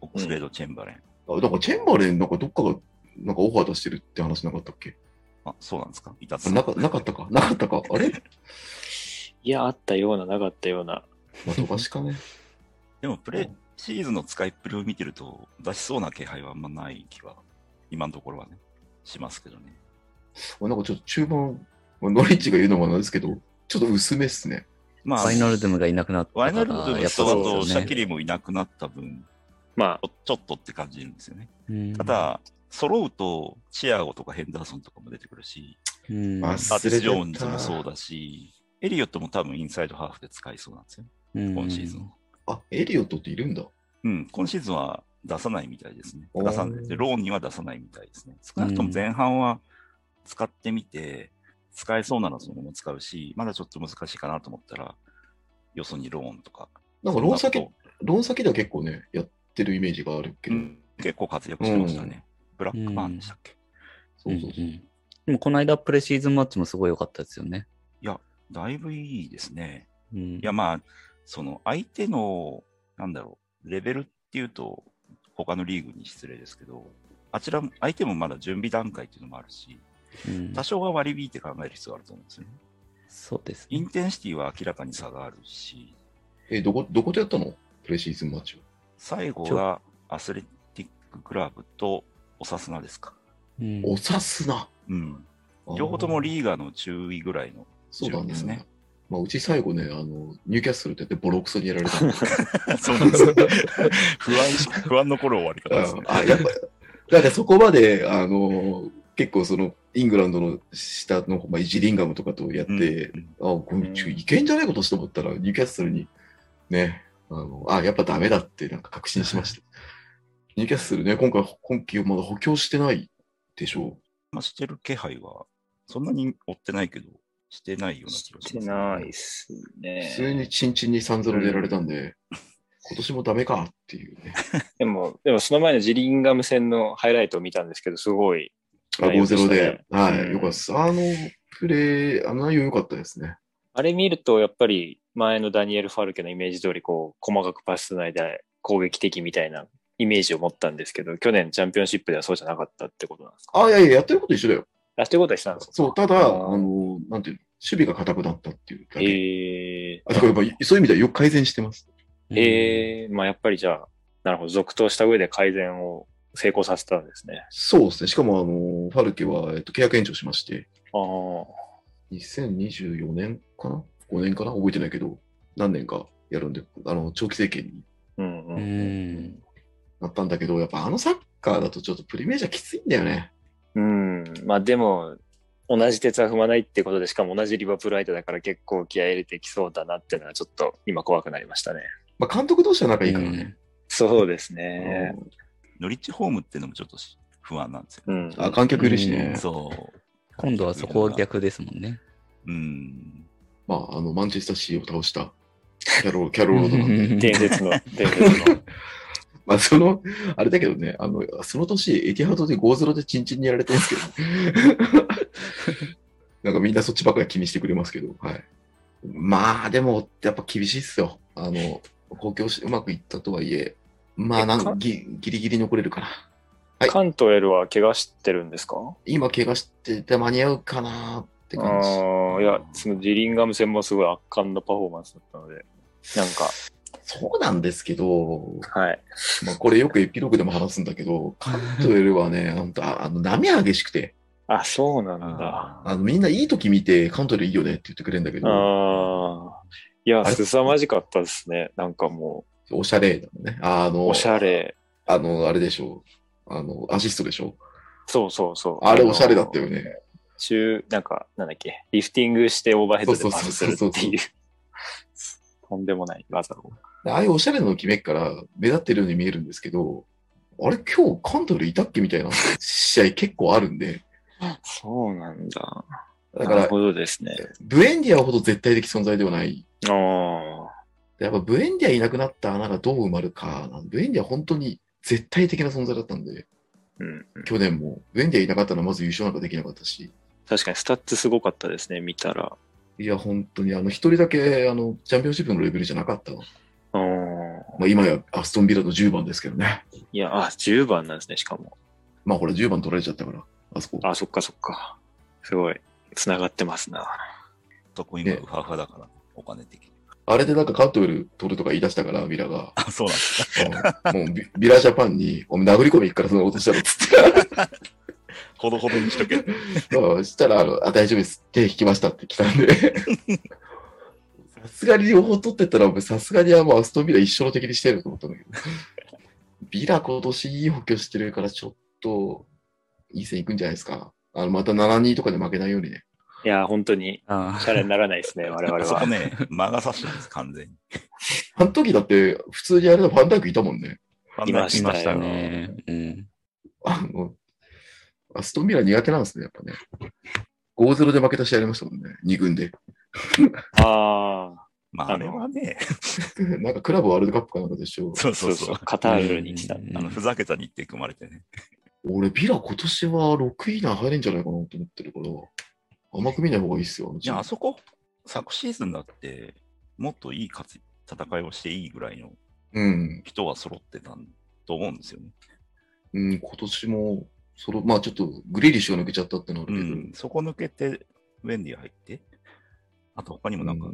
C: オックスレード・チェンバレン。
D: あ、なんかチェンバレンなんかどっかが、なんかオファー出してるって話なかったっけ
C: あ、そうなんですかいた
D: あ
C: つ
D: なかなかったかなかったかあれ
B: いや、あったような、なかったような。
D: まあ、飛ばしかね。
C: でも、プレシーズンの使いっぷりを見てると、出しそうな気配はあんまない気は、今のところはね、しますけどね。
D: まあなんかちょっと中盤、まあ、ノリッチが言うのもなんですけど、ちょっと薄めっすね。
C: まあ、
A: ワイノルドゥムがいなくなったから。
C: ワイナルド
A: や
C: の
A: っぱ
C: 人
B: ワ
C: だ
B: イナルドゥム
A: そう
C: と、シ
A: ですよ
C: ャ
A: ね
C: キリもいなくなった分、
B: ま
C: ちょちょっとって感じるんですよね。
A: うん
C: ただ、揃うと、チアゴとかヘンダーソンとかも出てくるし、
A: うん
D: まあ
C: アーティス・ジョーン
D: て
C: ズもそうだし、エリオットも多分インサイドハーフで使いそうなんですよ、
A: うん
C: 今シーズン。
D: あ、エリオットっているんだ。
C: うん、今シーズンは出さないみたいですね。
D: おー
C: 出さないでローンには出さないみたいですね。少なくとも前半は使ってみて、使えそうならそのまま使うし、まだちょっと難しいかなと思ったら、よそにローンとか。
D: なんかローン
C: そんな
D: 先
C: こ、
D: ローン先では結構ね、やってるイメージがあるけ
C: と
D: ど。
C: うん結構活躍してましたね。ブラックパンでしたっけ、
D: そうそうそう。
A: んんでもこの間プレシーズンマッチもすごい良かったですよね。
C: だいぶいいですね。
A: うん
C: いや、まあ、その相手の、なんだろう、レベルっていうと、他のリーグに失礼ですけど、あちらも、相手もまだ準備段階っていうのもあるし、
A: うん
C: 多少は割り引いて考える必要があると思うんですよね。
A: そうです
C: イ
A: ね
C: ン。テンシティは明らかに差があるし、
D: え、どこ、どことやったのプレシーズンマッチを。
C: 最後がアスレティッククラブとおさすなですか。
A: うん
D: おさすな。
C: うん。
D: あー
C: 両方ともリーガーの中位ぐらいの
D: そうだ
C: 順位です
D: ね
C: ね。。
D: まあ、うち最後ね、あの、ニューキャッスルってやってボロクソにやられた。
C: そうなんですよ。不安し、不安の頃終わり方ですね。
D: あ、やっぱ、だからそこまで、あの、結構その、イングランドの下の、まあ、イジリンガムとかとやっ
C: うん
D: て、あ、これ
B: うん
D: ちょいけんじゃないことして思ったら、ニューキャッスルに、ね、あの、あ、やっぱダメだってなんか確信し ました。ニューキャッスルね、今回、今季をまだ補強してないでしょ
C: まあ、してる気配は、そんなに追ってないけど、してないような気
B: し
C: がします、
B: てないっす
D: う。
B: ね
D: 普。通にチンチンに3-0でやられた んで、今年もダメかっていうね。
B: でも、でもその前のジリンガム戦のハイライトを見たんですけど、すごい。
D: あ、5-0で。は
B: うん
D: い、よかったです。あの、プレー、あの内容良かったですね。
B: あれ見ると、やっぱり前のダニエル・ファルケのイメージ通り、こう、細かくパスつないで攻撃的みたいなイメージを持ったんですけど、去年チャンピオンシップではそうじゃなかったってことなんですか
D: あ、いやいや、やってること一緒だよ。
B: あ、そういうことはしたんですか
D: そう、ただ、あ
B: あー
D: の、なんていうの、守備が硬くなったっていうだけ。
B: え
D: あだからやっぱそういう意味ではよく改善してます。
B: ー、えー、まあやっぱりじゃあ、なるほど、続投した上で改善を成功させたんですね。
D: そうですね。しかも、あの、ファルケは、えっと、契約延長しまして、
B: ああ、
D: 2024年かな ?5 年かな覚えてないけど、何年かやるんで、あの、長期政権に
B: うんう。
A: うんん。
D: なったんだけど、やっぱあのサッカーだとちょっとプレミアじゃきついんだよね。
B: うん、まあでも、同じ鉄は踏まないってことで、しかも同じリバプール相手だから結構気合い入れてきそうだなっていうのはちょっと今怖くなりましたね。
D: まあ、監督同士は仲いいからね。
B: そうですね。
D: うん
C: ノリッチホームっていうのもちょっとし不安なんですよ。
B: うん。
D: あ、観客いるしね。
C: そう。
A: 今度はそこは。逆ですもんね。
C: うん。
D: まあ、あの、マンチェスターシーを倒したキャロル、キャロルロー ドなんで。
B: 伝説の、伝説の。
D: まあ、その、あれだけどね、あの、その年、エティハードで5-0でチンチンにやられてるんですけど。 なんかみんなそっちばっかり気にしてくれますけど、はい。まあ、でも、やっぱ厳しいっすよ。あの、公共し、うまくいったとはいえ、まあ、な
B: えか
D: んぎギリギリ残れるかな。はい
B: カントエルは怪我してるんですか
D: 今、怪我してて間に合うかなって
B: あ
D: 感じ。
B: ーいや、そのジリンガム戦もすごい圧巻のパフォーマンスだったので、なんか、
D: そうなんですけど、
B: はい。
D: まあ、これよくエピローグでも話すんだけど、カントエルはね、あんた、あの、波激しくて、
B: あ、そうなんだ。あ
C: あ
D: あの、みんないい時見て、カントエルいいよねって言ってくれるんだけど、
B: あー。いや、
D: あれ
B: 凄まじかったですね。なんかも
D: おしゃれだもんね。あ
B: う、
D: の、
B: おしゃれ。
D: あの、あれでしょう。あの、アシストでしょ
B: そうそうそう。
D: あれおしゃれだったよね。
B: 中、なんか、なんだっけ、リフティングしてオーバーヘッドでパスする
D: そう
B: って
D: そうそう
B: いう、とんでもない技を。
D: ああいうおしゃれなの決めっから目立ってるように見えるんですけど、あれ今日カントエルいたっけみたいな 試合結構あるんで、
B: そうなんだ。
D: だか
B: なる
D: ら、
B: ほどですね。
D: ブエンディアほど絶対的存在ではない。
B: ああ。
D: やっぱブエンディアいなくなった穴がどう埋まるかなん、ブエンディア本当に絶対的な存在だったんで、
B: うん、うん
D: 去年も。ブエンディアいなかったらまず優勝なんかできなかったし、
B: 確かにスタッツすごかったですね、見たら。
D: いや、本当に、あの、一人だけ、あの、チャンピオンシップのレベルじゃなかったわ。
B: うん
D: まあ、今やアストンビラの10番ですけどね。
B: いや、あ、10番なんですね、しかも。
D: まあ、ほら、10番取られちゃったから、あそこ。
B: あ、そっかそっか。すごい、繋がってますな。
C: そこ今、ウハウハだから、お金的に。
D: あれでなんかカントウェル取るとか言い出したから、ビラが。
C: あ、そうなんですか。
D: うんもうビ、ビラジャパンに、お前殴り込み行くからそんなことしたらっつっ
C: ほどほどにしとけ。
D: て。うんしたら、あの、あ、大丈夫です。手引きましたって来たんで。さすがに両方取ってったら、お前さすがにあもうアストンビラ一生の敵にしてやると思ったんだけど。ビラ今年いい補強してるから、ちょっと、いい線行くんじゃないですか。あの、また7-2とかで負けないようにね。
B: いや、本当に、
A: あ
B: シャレにならないですね、我々
C: あそこ
B: は。
C: ね、魔が差してるんです、完全に。
D: あの時だって、普通にあれだ、ファンダイクいたもんね。
B: いましたよ
A: あ。
B: あ
A: ねうん。
D: あの、アストンミラ苦手なんですね、やっぱね。5-0で負けた試合ありましたもんね、2軍で。
B: ああ、
C: まあ、あれはね、
D: なんかクラブワールドカップかなんかでしょ。
C: そうそ
B: そうう
C: そ
B: そうう、。カタールに来た。
A: うん
C: あのふざけた日程組まれてね。
D: 俺、ビラ今年は6位以内入れんじゃないかなと思ってるから、甘く見ない方がいいっすよ。
C: じゃあ、あそこ、昨シーズンだって、もっといい勝ち戦いをしていいぐらいの
D: うん。
C: 人は揃ってたんと思うんですよね。
D: うん、今年も、その、まあちょっとグリーリッシュが抜けちゃったってのはあ
C: う
D: るけど、
C: ん、そこ抜けて、ウェンディ入って、あと他にもなんか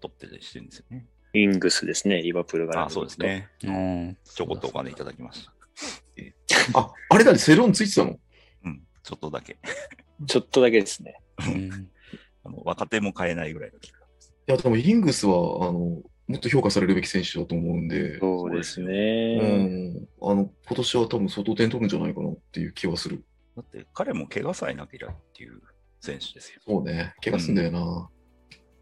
C: 取ってたりしてるんですよね。
B: イングスですね、リバプールが。
C: あそうです。ね。
A: うん
C: ちょこっとお金いただきました。
D: あ、あれだね、セロンついてたの
C: うん、ちょっとだけ。
B: ちょっとだけですね。
A: うん
C: あの若手も買えないぐらいの期間です。
D: いや、でもイングスは、あの、もっと評価されるべき選手だと思うんで、
B: そうです
D: う
B: ね。
D: ん、あの、今年は多分相当点取るんじゃないかなっていう気はする。
C: だって彼も怪我さえなければっていう選手ですよ。
D: そうね、怪我すんだよな。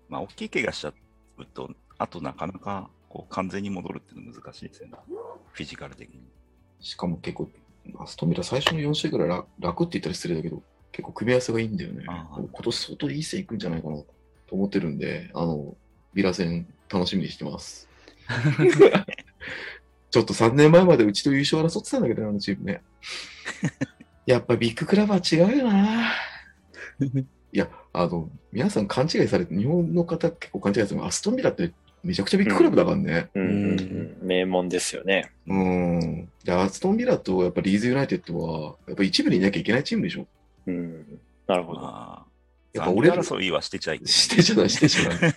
C: まあ、大きい怪我しちゃうと、あとなかなかこう完全に戻るっていうのは難しいですよね。フィジカル的に。
D: しかも結構、アストンミラ最初の4試合ぐらい楽楽って言ったら失礼だけど、結構組み合わせがいいんだよね。
C: ああ
D: 今年相当いい線いくんじゃないかなと思ってるんで、あの、ミラ戦楽しみにしてます。ちょっと3年前までうちと優勝争ってたんだけどね、あのチームね。やっぱビッグクラブは違うよな。いや、あの、皆さん勘違いされて、日本の方結構勘違いされてる、アストンミラってめちゃくちゃビッグクラブだからね。
B: うんうんうん、名門ですよね。
D: うん。で、アストンビラとやっぱリーズユナイテッドは、やっぱ一部にいなきゃいけないチームでしょ。
B: うん。なるほど。
C: まあ、
D: やっぱ俺ら
C: 残留争いはしてちゃいけない
D: してじゃない、してじゃない。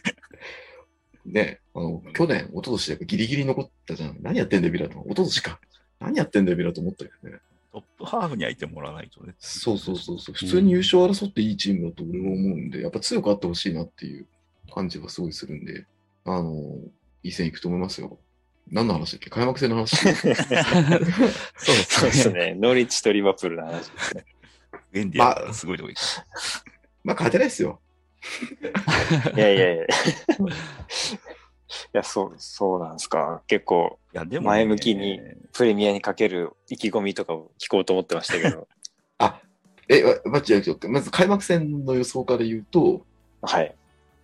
D: ねあの、去年、一昨年でやっぱギリギリ残ったじゃん。何やってんだよ、ビラと。一昨年か。何やってんだよ、ビラと思ったよね。
C: トップハーフにはいてもらわないとね。
D: そうそうそうそう。普通に優勝争っていいチームだと俺は思うんで、やっぱ強くあってほしいなっていう感じはすごいするんで、あの、いい線いくと思いますよ。何の話だっけ開幕戦の話。
A: そうで
B: そうです。ね。ノリッチとリバプールの話ですね。
C: エンディアがすごいとこ行った
D: まあ、勝てないですよ。
B: いやい やいや。いや、そう、そうなんですか。結構、
C: いや、でも、
B: 前向きに。プレミアにかける意気込みとかを聞こうと思ってましたけど。
D: あ、え、わ待って待って待ってまず開幕戦の予想から言うと、
B: はい。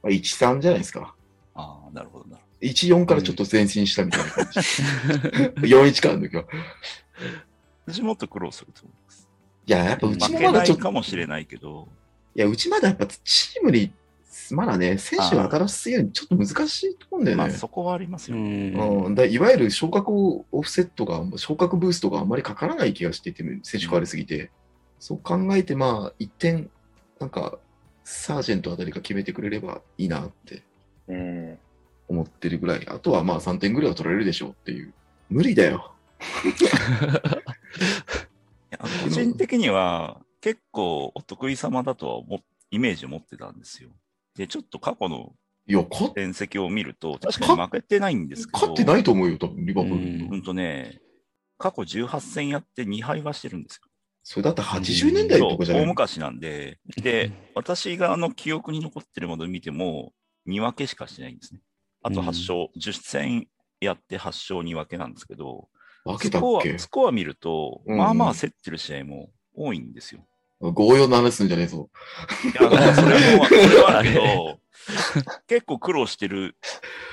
D: まあ、1-3じゃないですか。
C: ああ、なるほど、なるほ
D: 1-4からちょっと前進したみたいな感じ。4-1からの時は。
C: ど。私もっと苦労すると思います。
D: いや、やっぱうち
C: 負
D: も
C: け
D: まだ
C: な
D: ちょ
C: い
D: っと
C: か、もしれないけど、
D: いや、うちまだやっぱチームに、まだね、選手が新しいようにちょっと難しいと思うんだよ
C: まあ、
D: ね。
C: そこはあります
A: う
C: よね。
A: ん。
D: うん、だいわゆる昇格オフセットが、昇格ブーストがあんまりかからない気がしていて、選手変わりすぎて、そう考えて、まあ、一点、なんか、サージェントあたりが決めてくれればいいなって
B: うん。
D: 思ってるぐらい、あとはまあ3点ぐらいは取られるでしょうっていう、無理だよ。
C: いや個人的には、結構お得意様だとは思っイメージを持ってたんですよ。で、ちょっと過去の
D: いや、勝っ
C: 戦績を見ると、確かに負けてないんですけど、
D: 勝ってないと思うよ、多分リバプール。
A: うん
C: うんとね、過去18戦やって2敗はしてるんです
D: それだって80年代
C: よ。
D: と
C: そう
D: かじゃな
C: 大
D: い、
C: 昔なんで、で、私があの記憶に残ってるものを見ても、2分けしかしてないんですね。あと8勝、10戦やって8勝2分けなんですけど、
D: 分け
C: ス
D: たっ
C: コ
D: け
C: アスコア見ると、
D: うん
C: まあまあ競ってる試合も多いんです よ。
D: 強用の話すんじゃねえぞ。
C: いや、それは、それはあるけど、 結構苦労してる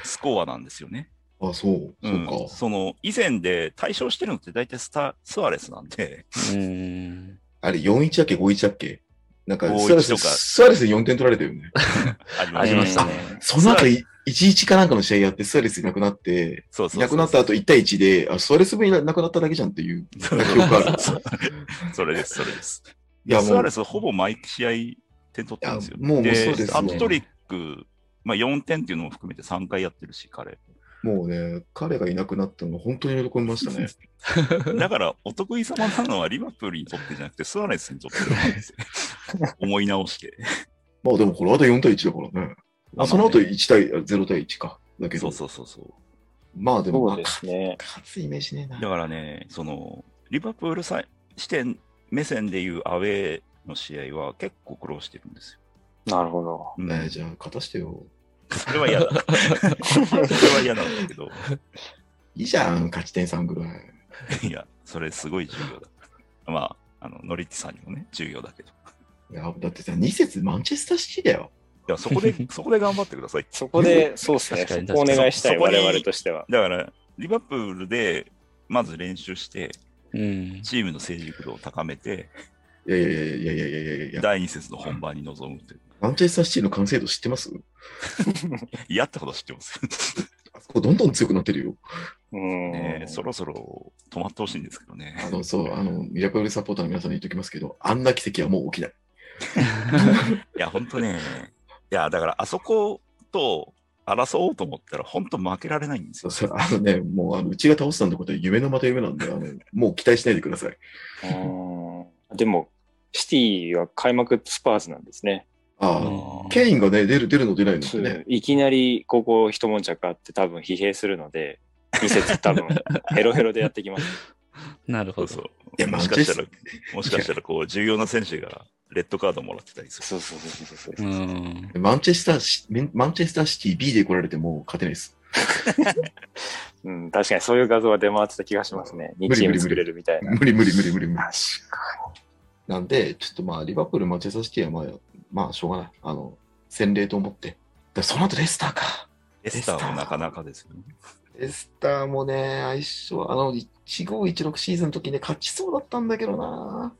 C: スコアなんですよね。
D: あ、そう、
C: うん
D: そうか。
C: その、以前で対象してるのって大体スタ、スアレスなんで、
A: うん。
D: あれ、4-1だっけ、5-1だっけなんか、
C: 5-1
D: スアレス、
C: とか
D: スアレス4点取られた よね。
C: あり
A: ありましたね。
D: その後、い1-1かなんかの試合やって、スアレスいなくなって、
C: そうそうそう
D: いなくなった後1対1で、あ、スアレス分いなくなっただけじゃんっていう記憶ある。
C: それです、それです。
D: いや、
C: ス
D: も
C: ア
D: う
C: レ、スほぼ毎試合点取ってるんですよ。
D: いやもうもうそうです
C: ハットトリック、まあ4点っていうのも含めて3回やってるし、彼。
D: もうね、彼がいなくなったの本当に喜びましたね。
C: だから、お得意様なのはリバプールにとってじゃなくて、スアレスにとってなんですよ思い直して。
D: まあでも、これあと4対1だからね。 あ、その後1対、あ0対1か。だけど、
C: そうそうそうそう。
D: まあでも、
B: そうですね。
D: 勝つイメージねえな。
C: だからね、そのリバプールさ視点目線でいうアウェーの試合は結構苦労してるんですよ。
B: なるほど。
C: うん
D: ねえじゃあ、勝たしてよ。
C: それは 嫌だ。それは嫌なんだけど、
D: いいじゃん、勝ち点3ぐらい。
C: いや、それすごい重要だ。まあ、あのノリッチさんにもね、重要だけど。い
D: いや、だってさ、2節マンチェスターシティだよ。
C: や、そこで、そこで頑張ってください。
B: そこで、そうですね。
A: 確かに
B: そこお願いしたい、
C: そこに
B: 我々としては。
C: だから、リバプールで、まず練習して、
A: うん。
C: チームの成熟度を高めて、
D: いやいやいやいやいやいやいやいや。
C: 第2節の本番に臨むって。
D: マンチェスターシティの完成度知ってます
C: 嫌ってこと知ってます。
D: あそこどんどん強くなってるよ。
B: うん。
C: ね、そろそろ止まってほしいんですけどね。
D: あの、そう、あの、ミラクルサポーターの皆さんに言っときますけど、あんな奇跡はもう起きない。
C: いや、本当ね。いや、だから、あそこと争おうと思ったら、本当負けられないんです
D: そう
C: よ。
D: そうあのね、もう、あのうちが倒したんてことは夢のまた夢なんで、あの、もう期待しないでください。
B: うんでも、シティは開幕スパーズなんですね。
D: ああ、
A: うん
D: ケインがね、出る、出るの出ないのって
B: そう
D: ね。
B: いきなりここ一悶着あって多分疲弊するので、2節多分ヘロヘロでやってきます。
A: なる
C: そ
A: ほ
C: うそ
A: ど。
C: う。
D: いや
C: もしかした
D: マ
C: ら
D: ン、
C: もしかしたら、こう、重要な選手がレッドカードもらってたりする。
B: そうそうそうそうそうう。
A: ん。
D: マンチェスターシ、メンマンチェスターシティ B で来られても勝てないです。
B: うん、確かにそういう画像は出回ってた気がしますね。
D: 無
B: 2
D: 理
B: チー
D: 無
B: ム
D: 理無理
B: 作れるみたいな。
D: 無理無理無理無理無理。
B: 確か
D: なんで、ちょっとまあ、リバプール、マンチェスターシティはまあ、まあ、しょうがない。あの、洗礼と思って。でその後、レスターか。
C: エスターもなかなかですよね。
D: レスターもね、相性、あの、1516シーズンの時ね、勝ちそうだったんだけどな。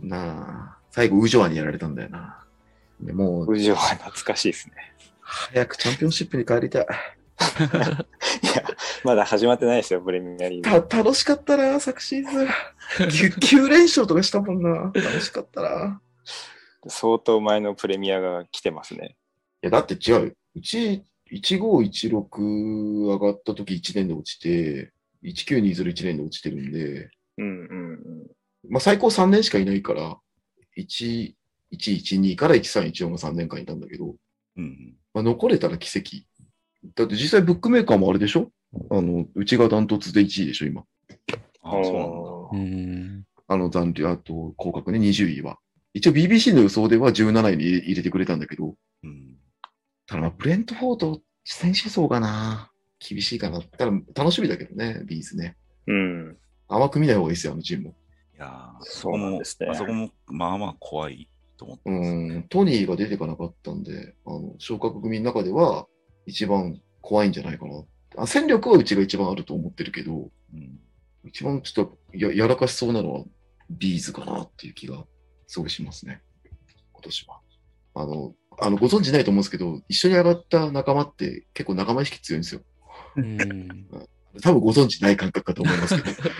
D: なあ、最後、ウジョアにやられたんだよな。でもう、
B: に。は懐かしいですね。
D: 早くチャンピオンシップに帰りたい。
B: いや、まだ始まってないですよ、プレミアリー
D: た、
B: グ。
D: 楽しかったな、昨シーズン。9, 連勝とかしたもんな。楽しかったな。
B: 相当前のプレミアが来てますね。
D: や、だって違うよ。うち、1516上がった時1年で落ちて、19201年で落ちてるんで、
B: うんうんうん。
D: まあ最高3年しかいないから、1112から1314が3年間いたんだけど、
C: うん。
D: まあ、残れたら奇跡。だって実際ブックメーカーもあれでしょあの、うちがダントツで1位でしょ、今。
C: ああ、そうなんだ。
A: うーん。
D: あの残留、あと降格ね、20位は。一応 BBC の予想では17位に入れてくれたんだけど、
C: うん。
D: ただまあブレントフォード、選手層がな、厳しいかな。ただ楽しみだけどね、ビーズね。
B: うん。
D: 甘く見ない方がいいですよ、あのチームも。
C: いやー
B: そうなんですね
C: あそこも、まあまあ怖いと思って
D: う
C: ますね、
D: ん、トニーが出てかなかったんで、あの、昇格組の中では一番怖いんじゃないかな。あ戦力はうちが一番あると思ってるけど、
C: うん
D: 一番ちょっとややらかしそうなのはビーズかなっていう気がすごいしますね。今年は。あの、あのご存知ないと思うんですけど、一緒に上がった仲間って結構仲間意識強いんですよ。
A: うん
D: 多分ご存知ない感覚かと思いますけど。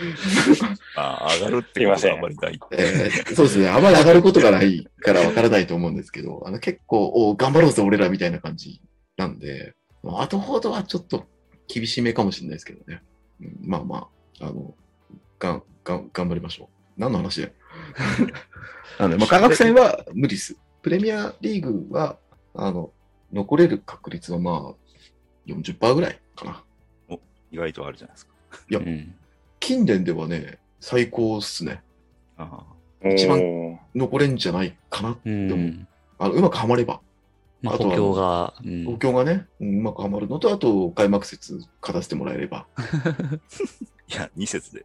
C: ああ、上がるって
B: すい
C: こ
B: ま
C: と
B: せ
C: が
B: ん
C: あんまりない。
D: えーそうですね。あまり上がることがないからわからないと思うんですけど、あの結構、お頑張ろうぜ、俺らみたいな感じなんで、まあ後ほどはちょっと厳しめかもしれないですけどね。うんまあまあ、あの、がん、がん、頑張りましょう。何の話だよ。あの、まあ、科学戦は無理です。プレミアリーグは、あの、残れる確率はまあ、40%ぐらいかな。
C: 意外とあるじゃないですか。
D: いや
A: うん
D: 近年ではね、最高っすね。
C: あ
D: 一番
B: おー
D: 残れんじゃないかな。
A: うん。
D: あの、うまくはまれば。
A: まあ、
D: あとは
A: 補強が、うん
D: 東京がね、うんうまくはまるのと、あと開幕節勝たせてもらえれば。
C: あいや、2節で。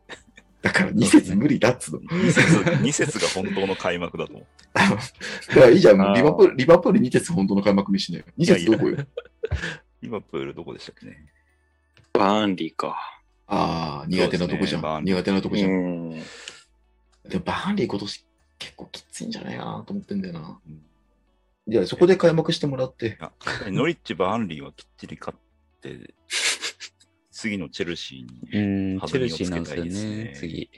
D: だから2節無理だっつうの。
C: 2節、 二節が本当の開幕だと思う。
D: いや、いいじゃん。
B: あー
D: リバプール、リバプール2節本当の開幕見しねえよ。2節どこよ。
C: リバプールどこでしたっけね。
B: バーンリーか。
D: ああ、苦手なとこじゃん。
C: そうですね
D: 苦手なとこ
B: う
D: じゃん。
B: ん。
D: でも、バーンリー今年結構きついんじゃないかなと思ってんだよな。
C: うん
D: じゃあ、そこで開幕してもらって。
C: あ確かにノリッチ・バーンリーはきっちり勝って、次のチェルシー
A: う
C: に。
A: ん、チェ
C: 弾み
A: ル
C: をつ
A: シ
C: け
A: ー
C: た
A: ないん
C: で
A: ですす
C: ね
A: よね、次。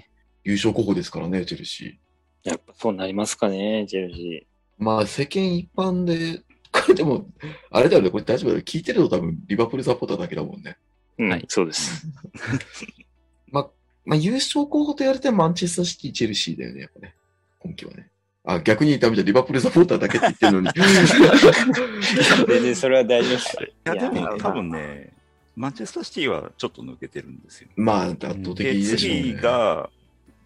D: 優勝候補ですからね、チェルシ
B: やっぱそうなりますかね、ジェルジ
D: ー。まあ、世間一般で、これでも、あれだよね、これ大丈夫だよ。聞いてると多分、リバプールサポーターだけだもんね。
B: ー。うん、
A: はい
B: そうです。
D: まあ、優勝候補と言われてもマンチェスターシティ、チェルシーだよね、やっぱね。今季はね。あ、逆に言ったみたい。リバプールサポーターだけって言ってるの に。
B: 全然それは大丈夫です。
C: いや、で
B: いや
C: も多分ね、マンチェスターシティはちょっと抜けてるんですよ。
D: まあ、圧倒的
C: で、
D: でしょうね。
C: 次が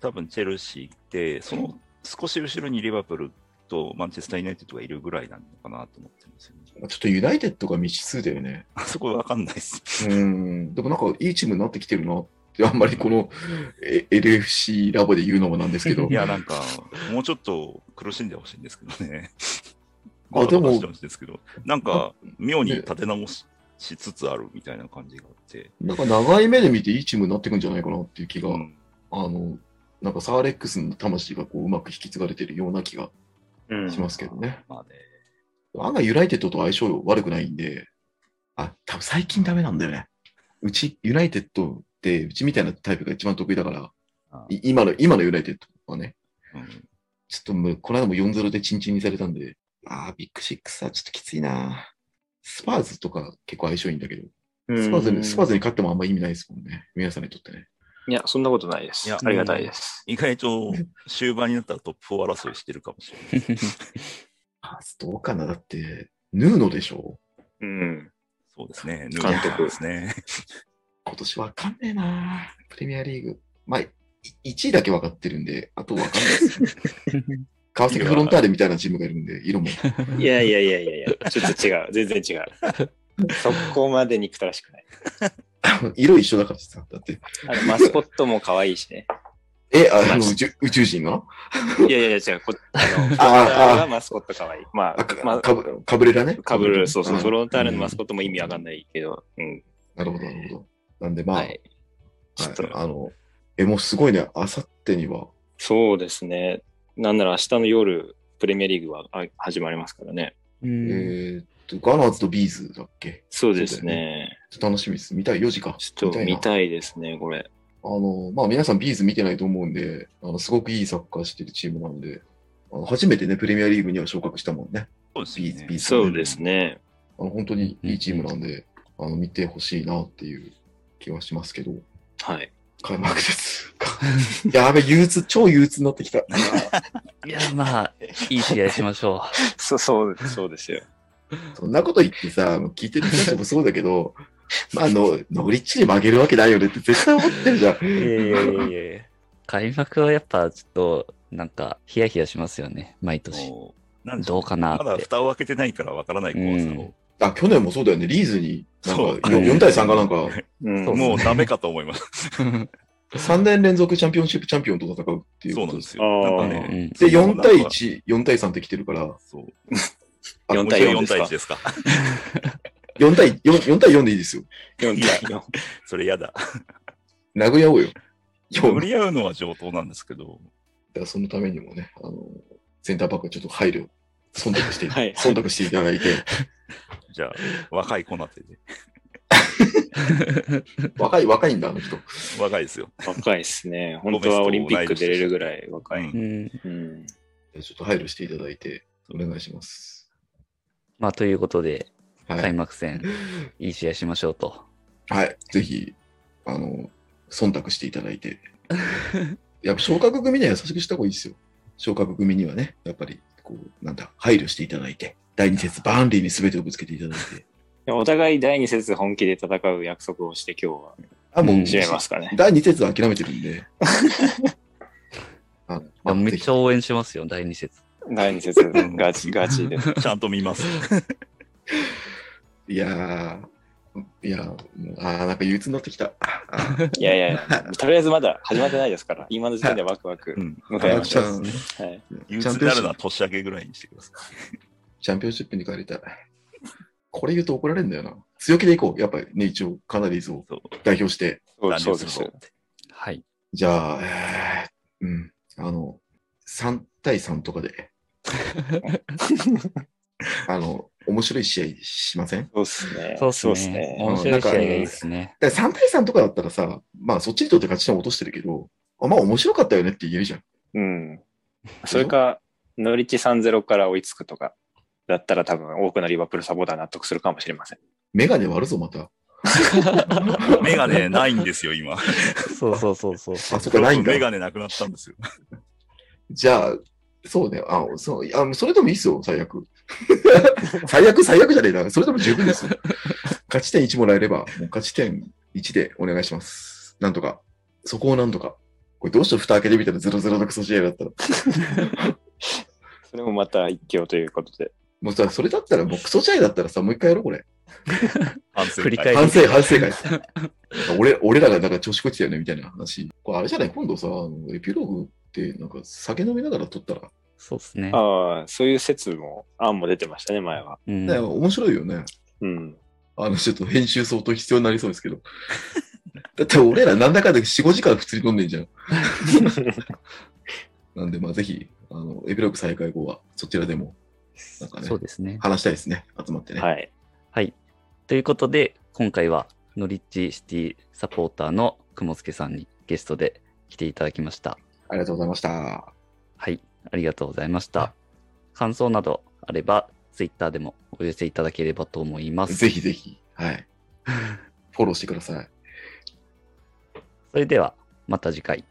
C: 多分チェルシーで、その少し後ろにリバプールとマンチェスター・ユナイテッドがいるぐらいなのかなと思ってるんですよ、ね。
D: ちょっとユナイテッドが未知数だよね。
C: あそこわかんないです。
D: うん。でもなんか、いいチームになってきてるなって、あんまりこのえ LFC ラボで言うのもなんですけど
C: い。や、なんか、もうちょっと苦しんでほしいんですけどね。
D: あでも
C: ご飯とかしてほしいんですけど、なんか、妙に立て直ししつつあるみたいな感じがあって。
D: なんか、長い目で見ていいチームになってくんじゃないかなっていう気が、
C: うん
D: あの、なんかサーレックスの魂がこううまく引き継がれてるような気が
B: うん
D: しますけどね。
C: まあね。
D: 案外ユナイテッドと相性悪くないんで、あ、多分最近ダメなんだよね。うち、ユナイテッドって、うちみたいなタイプが一番得意だから、
C: あ
D: い今の、今のユナイテッドはね、
C: うん
D: ちょっともう、この間も4-0でチンチンにされたんで、あービッグシックスはちょっときついなスパーズとか結構相性いいんだけど、スパーズに、スパーズに勝ってもあんま意味ないですもんね。皆さんにとってね。
B: いや、そんなことないです。
C: いや
B: ありがたいです。
C: 意外と終盤になったらトップ4争いしてるかもしれない。
D: あーどうかなだって、ヌーノでしょ
B: うん。
C: そうですね。
B: 監督
C: ヌートンですね。
D: 今年わかんねえなプレミアリーグ。まあ、い1位だけわかってるんで、あとわかんないです ね。川崎フロンターレみたいなチームがいるんで、色も。
B: いやいやいやいやいや、ちょっと 違う。全然違う。そこまで憎たらしくない。
D: 色一緒だからさ。だって。
B: あのマスコットも可愛いしね。
D: え、あ
B: マ
D: の
B: ジ
D: 宇宙宇宙人が
B: いやいやいや、違う。こあの、
D: あ
B: あ
D: あ
B: マスコット可愛い。ま
D: あ
B: あ
D: か、
B: ま
D: かぶかぶれらね。
B: あ、かぶる、そうそう、
D: ん
B: フロンターレのマスコットも意味わかんないけど、うん。
D: なるほど、なるほど。なんで、まあ、
B: は
D: はい
B: い。ちょっと、
D: あの、え、もうすごいね、あさってには、
B: そうですね。なんなら明日の夜、プレミアリーグはあ始まりますからね。
A: うん
D: えーっと、ガナーズとビーズだっけ
B: そうです
D: そうだよ
B: ね。
D: ちょっと楽しみです。見たい、4時か。
B: ちょっと
D: いな
B: 見たいですね、これ。
D: あの、まあ皆さんビーズ見てないと思うんで、あの、すごくいいサッカーしてるチームなんで、ああの初めてね、プレミアリーグには昇格したもんね。
C: そうですよね
D: B- B-
B: そうですね。
D: あの本当にいいチームなんで、あの見てほしいなっていう気はしますけど、
B: はい。
D: 開 幕節か。やべ、憂鬱、超憂鬱になってきた。
A: い や、まあ、いい試合しましょ
B: そう、そう、そうですよ。
D: そんなこと言ってさ、聞いてる人たちもそうだけど、まあ、あの、ノリッチに負けるわけないよねって絶対思ってるじゃん。
A: う。いやいやいやいや開幕はやっぱちょっと、なんか、ヒヤヒヤしますよね、毎年。
C: もうなんでしょ
A: どうかな
C: うまだ
A: って。
C: 蓋を開けてないからわからない怖さを、
D: あ、去年もそうだよね、リーズに、なんか
C: そう
D: 4対3がなんか、
B: うん。
A: そう
C: もうダメかと思います。
D: 3年連続チャンピオンシップチャンピオンと戦うっていう
C: そう
D: こ
C: なん
D: と
C: で
D: ですす。
C: よ。な
B: あ
C: ん
B: ー
C: かね。
D: で、4対。1、4対3って来てるから、
C: そう。
D: あ
B: 4
C: 対
B: 対
D: もちろ
B: 4
D: ん
C: 4対1ですか。
D: 4対4、4対4でいいですよ。
B: 4対4。
C: それやだ。
D: 殴り合おうよ。
C: 寄
D: 4
C: り合うのは上等なんですけど、
D: だからそのためにもね、あの、センターバックはちょっと配慮、忖度して、
B: はい
D: 忖度していただいて、
C: じゃあ、若い子なってで。
D: 若い、若いんだ、あの人。
C: 若いですよ。
B: 若いですね。本当はオリンピック出れるぐらい若
C: う
B: い。
A: うんん。
B: うん。
D: ちょっと配慮していただいて、お願いします。
A: まあ、ということで、
D: は
A: 開
D: い。
A: 幕戦、いい試合しましょうと。
D: はい。ぜひ、あの、忖度していただいて。やっぱ昇格組には優しくした方がいいですよ。昇格組にはね、やっぱり、こう、なんだ、配慮していただいて、第2節、バーンリーに全てをぶつけていただいて。
B: お互い第2節本気で戦う約束をして今日は
D: あ、もう、
A: うん
B: 締めますかね。
D: 第2節は諦めてるんで。 あ
A: いやめっちゃ
D: ぜ
A: 応援しますよ、第2節。
B: 第2節ガチガチで。
C: ちゃんと見ます。
D: ひいやー、いやー、もうあーなんか憂鬱になってきた。あー
B: いやいや、とりあえずまだ始まってないですから、今の時点でワクワク
C: うん。
B: 迎え
D: あ
B: ま
D: ー
B: し
D: ち
B: ょ
D: ゃ
B: う。
D: ん
B: はい。
C: 憂鬱
D: チャン
C: に
D: ピオン
C: なるの
D: シップ
C: は、年明けぐらいにしてください。
D: チャンピオンシップに帰りたい。これ言うと怒られるんだよな。強気でいこう。やっぱりね、一応カナディーズを
C: そう。
D: 代表して。
B: そうそうです。
C: 残念
A: はい。
D: じゃあ、えーうん、あの、3対3と かで、あの、面白い試合しません
B: そうですね。
A: そうっすね。
D: う
A: 面
D: っすね
A: 白い試合がいいですね。
D: だから ?3 対3とかだったらさ、まあそっちにとって勝ち点を落としてるけど、あまあ面白かったよねって言えるじゃん。
B: うん。それか、ノリッチ3-0から追いつくとか、だったら多分多くのリバプールサポーター納得するかもしれません。
D: メガネ割るぞ、また。
C: メガネないんですよ、今。
A: そうそうそうそう。
D: あ、そこない んだ
C: メ。ガネなくなったんですよ。
D: じゃあ、そうね、あ、そう、あそれでもいいっすよ、最悪。 最悪、最悪じゃねえな。それでも十分ですよ。勝ち点1もらえれば、もう勝ち点1でお願いします。なんとか。そこをなんとか。これどうして蓋開けてみたらゼロゼロのクソ試合だったら。
B: それもまた一挙ということで。
D: もうさ、それだったらもうクソ試合だったらさ、もう一回やろう、これ。
C: 反省
A: 繰り返
C: はい
D: 反省、反省会。俺、俺らがなんか調子こいてたよね、みたいな話。これあれじゃない今度さ、あのエピローグって、なんか酒飲みながら撮ったら、
A: そうですね。
B: ああ、そういう説も、案も出てましたね、前は。
A: うん
D: ね、面白いよね。
B: うん。
D: あの、ちょっと編集相当必要になりそうですけど。 だって俺らなんだかんだ4、5時間普通に飲んでんじゃん。 なんで、まあぜひ、あの、エピローグ再開後はそちらでもなんかね
A: そうですね。
D: 話したいですね。集まってね。
B: はい。
A: はい。ということで、今回はノリッチシティサポーターの雲助さんにゲストで来ていただきました。
D: ありがとうございました。
A: はい。ありがとうございました。感想などあれば、ツイッターでもお寄せいただければと思います。
D: ぜひぜひ、はい。フォローしてください。
A: それでは、また次回。